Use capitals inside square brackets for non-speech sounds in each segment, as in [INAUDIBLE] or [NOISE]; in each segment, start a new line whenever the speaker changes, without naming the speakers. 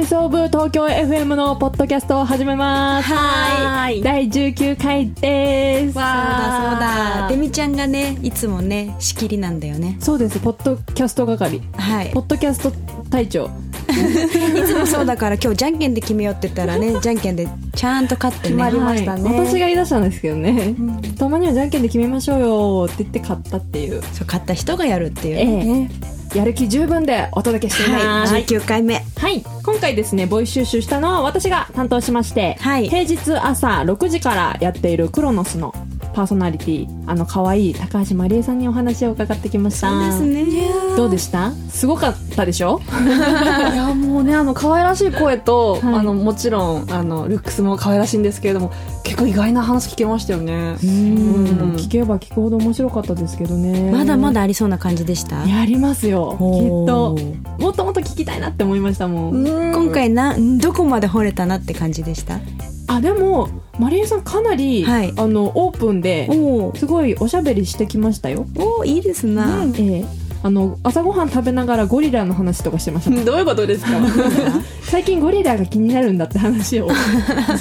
イスオブ東京 FM のポッドキャストを始めます。
はーい
第19回です。
そうだそうだデミちゃんがねいつもね仕切りなんだよね
そうです、ポッドキャスト係。
はい
ポッドキャスト隊長。
いつもそうだ
[LAUGHS]
から今日じゃんけんで決めようって言ったらねじゃんけんでちゃんと勝ってね
決まりましたね
はい私が言い出したんですけどね、たまにはじゃんけんで決めましょうよって言って買ったっていう。
そう勝った人がやるっていう
ええ
ね、
やる気十分でお届けしていま
は
す。
い19回目
はい、今回ですねボイス収集したのは私が担当しまして、
はい
平日朝6時からやっているクロノスのパーソナリティあの可愛い高橋まりえさんにお話を伺ってきました
ね
どうでしたすごかったでしょ
いやもうねあの可愛らしい声と、
はい
あのもちろんあのルックスも可愛らしいんですけれども結構意外な話聞けましたよね。
うん聞けば聞くほど面白かったですけどね
まだまだありそうな感じでした
やりますよきっと
おー
もっともっと聞きたいなって思いましたもん、
今
今回なんどこまで掘れたなって感じでした
あでもまりえさんかなり、
はい
あのオープンで
おー
すごいおしゃべりしてきましたよ
おーいいですな、
ええ、あの朝ごはん食べながらゴリラの話とかしてました
どういうことです [LAUGHS] か
最近ゴリラが気になるんだって話を過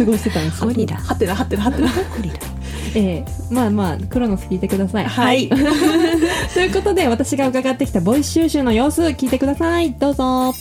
ごしてたんですよ
ゴリラ
はてなはてなはてな。
ゴリラ
ええ、まあまあクロノス聞いてください
[LAUGHS] はい。
ということで私が伺ってきたボイス収集の様子聞いてくださいどうぞ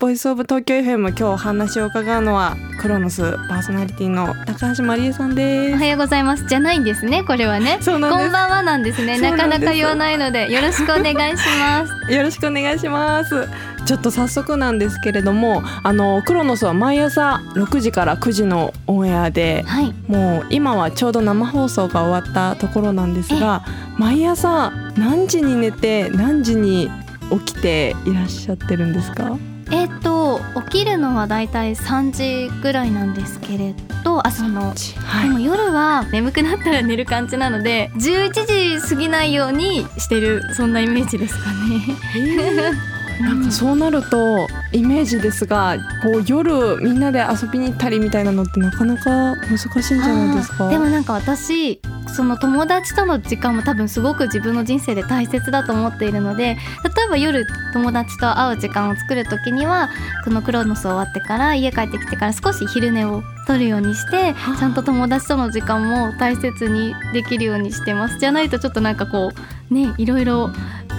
ボイスオブ東京 FM 今日お話を伺うのはクロノスパーソナリティの高橋まりえさん
お
です。
はようございますじゃないんですねこれはね
そうなんです
こんばんはなんですね
そうな
なん
です
かなか言わないのでよろしくお願いし
[LAUGHS]
ます
よろしくお願いします。ちょっと早速なんですけれども、あのクロノスは毎朝6時から9時のオンエアで、
はい
もう今はちょうど生放送が終わったところなんですが、毎朝何時に寝て何時に起きていらっしゃってるんですか？
えっ、と起きるのはだいたい3時ぐらいなんですけれど朝ので
は
も夜は眠くなったら寝る感じなので11時過ぎないようにしてるそんなイメージですかね
い。 [LAUGHS] なんかそうなるとイメージですが、こう夜みんなで遊びに行ったりみたいなのってなかなか難しいんじゃないです
あ
か？
ーでもなんか私その友達との時間も多分すごく自分の人生で大切だと思っているので例えば夜友達と会う時間を作る時にはこのクロノス終わってから家帰ってきてから少し昼寝を取るようにしてちゃんと友達との時間も大切にできるようにしてますじゃないとちょっとなんかこうねいろいろ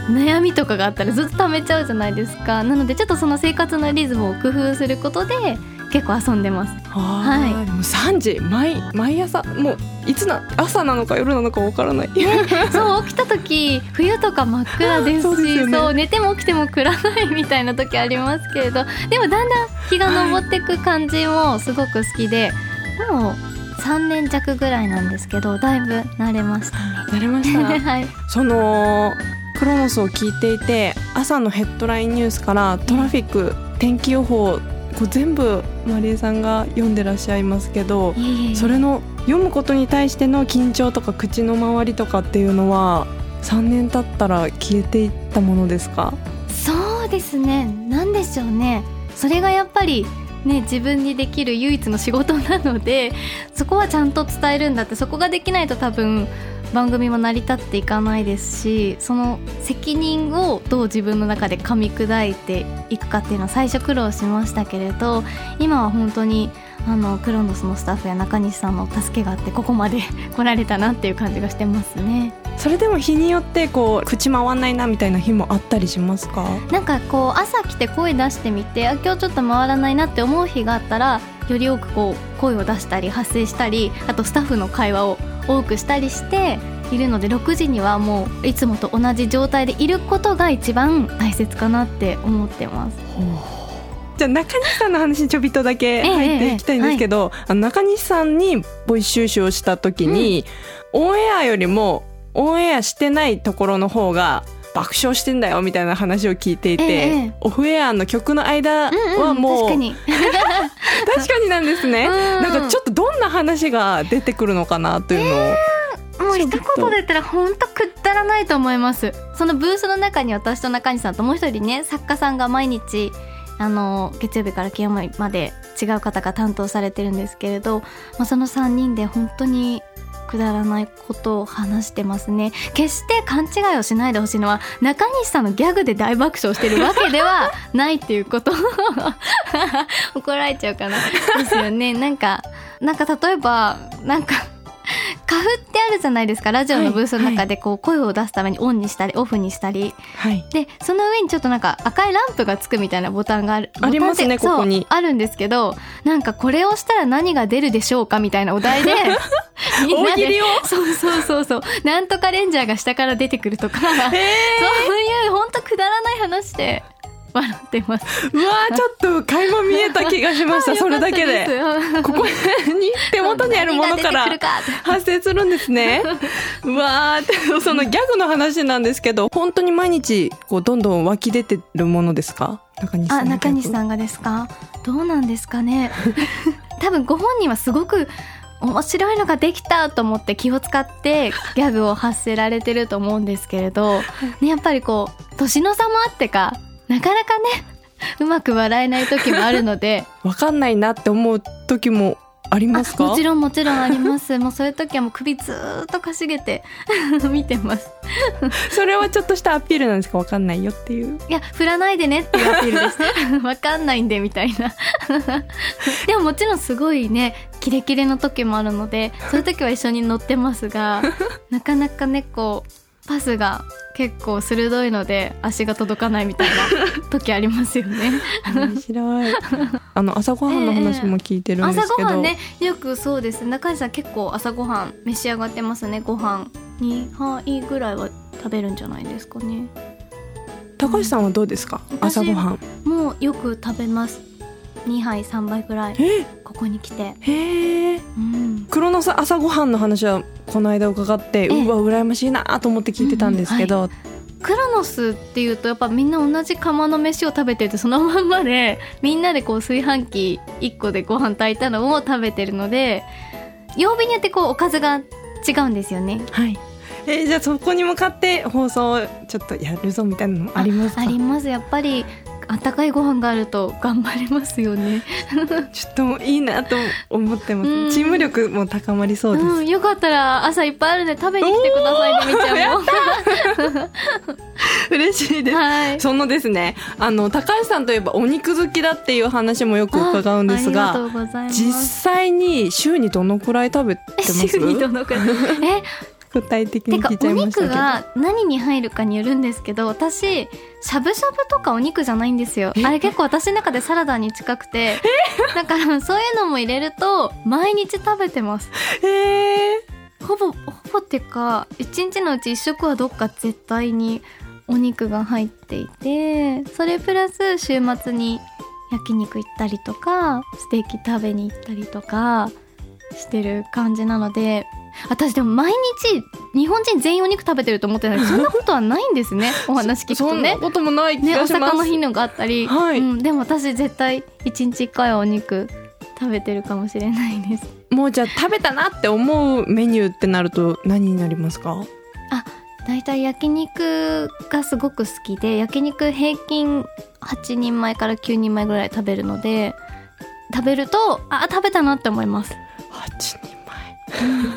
悩みとかがあったらずっと溜めちゃうじゃないですかなのでちょっとその生活のリズムを工夫することで結構遊んでます
あー
は
でも三時毎毎朝もういつな朝なのか夜なのかわからない。
そう起きた時冬とか真っ暗ですし
そ
[LAUGHS] そうう
ですよね
寝ても起きても暗いみたいな時ありますけれどでもだんだん日が昇ってく感じもすごく好きで、もう3年弱ぐらいなんですけどだいぶ慣れましたね。
なれました。
[LAUGHS] はい、
そのクロノスを聞いていて朝のヘッドラインニュースからトラフィック天気予報こう全部マリエさんが読んでらっしゃいますけど
いえいえいえ
それの読むことに対しての緊張とか口の周りとかっていうのは3年経ったら消えていったものですか
そうですねなんでしょうねそれがやっぱりね自分にできる唯一の仕事なのでそこはちゃんと伝えるんだってそこができないと多分番組も成り立っていかないですしその責任をどう自分の中で噛み砕いていくかっていうのは最初苦労しましたけれど今は本当にあのクロノスのスタッフや中西さんの助けがあってここまで [LAUGHS] 来られたなっていう感じがしてますね。
それでも日によってこう口回んないなみたいな日もあったりしますか
なんかこう朝来て声出してみてあ今日ちょっと回らないなって思う日があったらより多くこう声を出したり発声したりあとスタッフの会話を多くしたりしているので6時にはもういつもと同じ状態でいることが一番大切かなって思ってます。
じゃあ中西さんの話にちょびっとだけ入っていきたいんですけど、あの中西さんにボイス収集をした時に、オンエアよりもオンエアしてないところの方が爆笑してんだよみたいな話を聞いていて、
ええええ
オフエアの曲の間はもう、
確か [LAUGHS] に
確かになんですね、
うん
なんかちょっとどんな話が出てくるのかなというのを、
もう
ちょ
一
っと
言で言ったら本当くだらないと思いますそのブースの中に私と中西さんともう一人ね作家さんが毎日あの月曜日から金曜日まで違う方が担当されてるんですけれど、まあ、その3人で本当にくだらないことを話してますね決して勘違いをしないでほしいのは中西さんのギャグで大爆笑してるわけではないっていうこと [LAUGHS] 怒られちゃうかなですよねなんかなんか例えばなんかカフってあるじゃないですかラジオのブースの中でこう声を出すためにオンにしたりオフにしたり
はい。
でその上にちょっとなんか赤いランプがつくみたいなボタンがある
ありますね
ボタンっ
こ
て
こに
そうあるんですけどなんかこれをしたら何が出るでしょうかみたいなお
[LAUGHS]
題でみんな
大喜
で
利を
そうそうそうそうなんとかレンジャーが下から出てくるとか、そういうほんとくだらない話で笑ってます
うわーちょっと垣間見えた気がしましたそれだけでここに手元にあるものから
何が出てくるかって
発生するんです
[LAUGHS]
ね。うわーってそのギャグの話なんですけど本当に毎日こうどんどん湧き出てるものですか中西さ
あ
んのギャグ。
中西さんがですかどうなんですか [LAUGHS] ね多分ご本人はすごく面白いのができたと思って気を使ってギャグを発せられてると思うんですけれど、ね、やっぱりこう年の差もあってかなかなかねうまく笑えない時もあるので
わかんないなって思う時もあります
あ
か
もちろんもちろんありますもうそういう時はもう首ずーっとかしげて [LAUGHS] 見てます
それはちょっとしたアピールなんですかわかんないよっていう。
いや振らないでねっていうアピールです [LAUGHS] わかんないんでみたいな [LAUGHS] でももちろんすごいねキレキレの時もあるのでそういう時は一緒に乗ってま
[LAUGHS]
すがなかなかねこうパスが結構鋭いので足が届かないみたいな時ありますよね
[LAUGHS] 面白い。あの朝ごはんの話も聞いてるんですけど。
朝ごはんねよくそうです中西さん結構朝ごはん召し上がってますねご飯2杯ぐらいは食べるんじゃないですかね
高橋さんはどうですか
私
朝ごはん。
もうよく食べます2杯3杯ぐらい
え
ここに来て
へえ。
うん
クロノス朝ごはんの話はこの間伺って、
ええ
うわ羨ましいなと思って聞いてたんですけど、
クロノスっていうとやっぱみんな同じ釜の飯を食べててそのまんまで [LAUGHS] みんなでこう炊飯器1個でご飯炊いたのを食べてるので曜日によってこうおかずが違うんですよね。
はいえーじゃあそこに向かって放送をちょっとやるぞみたいなのもありますか
ありますやっぱりあったかいご飯があると頑張れますよね。
[LAUGHS] ちょっともういいなと思ってま
うん
すチーム力も高まりそうです、
ん、よかったら朝いっぱいあるんで食べに来てくださいねみー
[LAUGHS]
ちゃんも。
嬉しいです、
は
[LAUGHS]
い。
そのですねあの高橋さんといえばお肉好きだっていう話もよく伺うんです
ああり
が
がとうございます。
実際に週にどのくらい食べてます [LAUGHS]
週にどのくらいえ
具体的
て
に
か
聞いちゃ
お
いましたけ [LAUGHS]
肉
ど
が何に入るかによるんですけど私しゃぶしゃぶとかお肉じゃないんですよあれ結構私の中でサラダに近くてだからそういうのも入れると毎日食べてます
へえ
ほぼほぼっていうか一日のうち一食はどっか絶対にお肉が入っていてそれプラス週末に焼肉行ったりとかステーキ食べに行ったりとかしてる感じなので私でも毎日日本人全員お肉食べてると思ってないそんなことはないんで
[LAUGHS]
すねお話聞く
そ
と
んな
ね。
こともない気
ね、
が
お
しま
魚
す、
の日のがあったり、
はい
うん、でも私絶対一日一回はお肉食べてるかもしれないです。
もうじゃあ食べたなって思うメニューってなると何になりますか
大体焼肉がすごく好きで焼肉平均8人前から9人前ぐらい食べるので食べるとあ食べたなって思います
八人前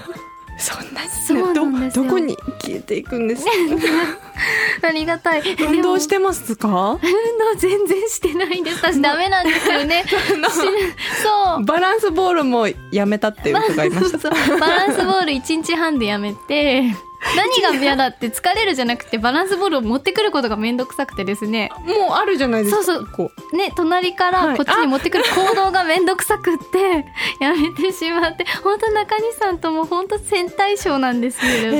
そんなに
そうなんです
ど
よ
どこに消えていくんですか
[LAUGHS] ありがたい
運動 [LAUGHS] し
で
てますか
も運動全然してないんです私ダメなんですよ [LAUGHS] ねそう
バランスボールもやめたって伺いま [LAUGHS] した
そうバランスボール1日半でやめ [LAUGHS] て何が嫌だって疲れるじゃなくてバランスボールを持ってくることがめんどくさくてですね
もうあるじゃないですか
そうそう
こう
ね、隣から
はい
こっちに持ってくる行動がめんどくさくって、 [LAUGHS] やめてしまって、本当中西さんとも本当戦対称なんですけれ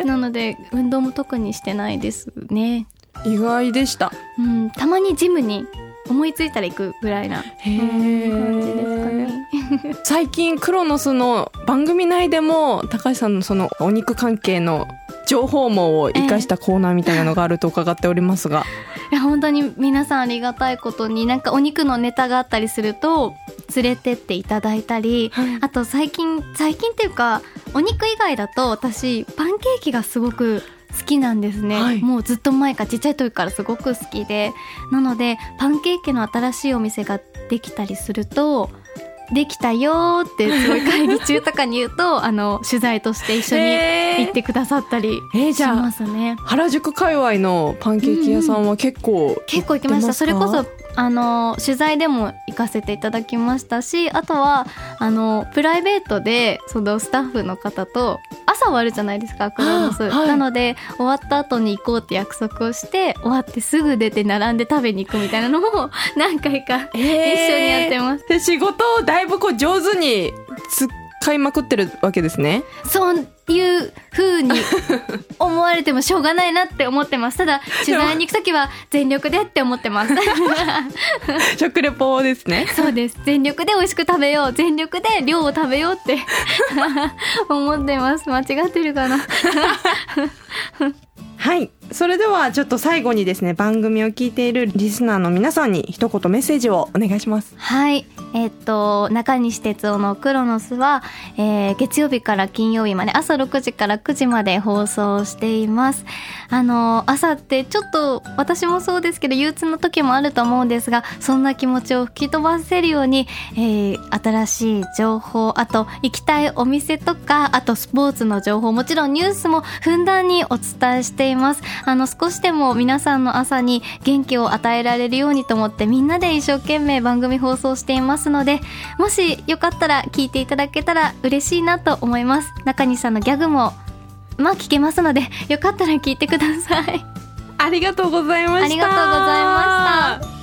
へ
ど、なので運動も特にしてないですね。
ー意外でした
うん、たまにジムに思いついたら行くぐらいな
へ
うん
ー
感じですかね。
最近クロノスの番組内でも高橋さんのそのお肉関係の情報網を生かしたコーナーみたいなのがあると伺っておりますが、
いや本当に皆さんありがたいことになんかお肉のネタがあったりすると連れてっていただいたり、あと最近最近っていうかお肉以外だと私パンケーキがすごく好きなんですね、
はい
もうずっと前からちっちゃい時からすごく好きでなのでパンケーキの新しいお店ができたりするとできたよーってすごい会議中とかに言うとあの取材として一緒に
え
行ってくださったり
えー
し
じゃあ
ますね。
原宿界隈のパンケーキ屋さんは結構、
結構行きましたそれこ
行
そあの取材でも行かせていただきましたしあとはあのプライベートでそのスタッフの方と朝終わるじゃないですかクロノス、
あはい
なので終わった後に行こうって約束をして終わってすぐ出て並んで食べに行くみたいなのも [LAUGHS] 何回か
一緒に
一緒にやってます、
で仕事をだいぶこう上手に使いまくってるわけですね。
そういう
[LAUGHS]
風に思われてもしょうがないなって思ってますただ取材に行く時は全力でって思っ
[LAUGHS]
てます
食レポですね。
そうです全力で美味しく食べよう全力で量を食べようって [LAUGHS] 思ってます間違ってるかな
はい。それではちょっと最後にですね、番組を聞いているリスナーの皆さんに一言メッセージをお願いします。
はいえっと中西哲夫の「クロノスは」えー月曜日から金曜日まで朝6時から9時まで放送していますあの朝ってちょっと私もそうですけど憂鬱な時もあると思うんですがそんな気持ちを吹き飛ばせるように、えー新しい情報あと行きたいお店とかあとスポーツの情報もちろんニュースもふんだんにお伝えしていますあの少しでも皆さんの朝に元気を与えられるようにと思ってみんなで一生懸命番組放送していますのでもしよかったら聞いていただけたら嬉しいなと思います中西さんのギャグもまあ聞けますのでよかったら聞いてください
[LAUGHS] ありがとうございま。
ありがとうございました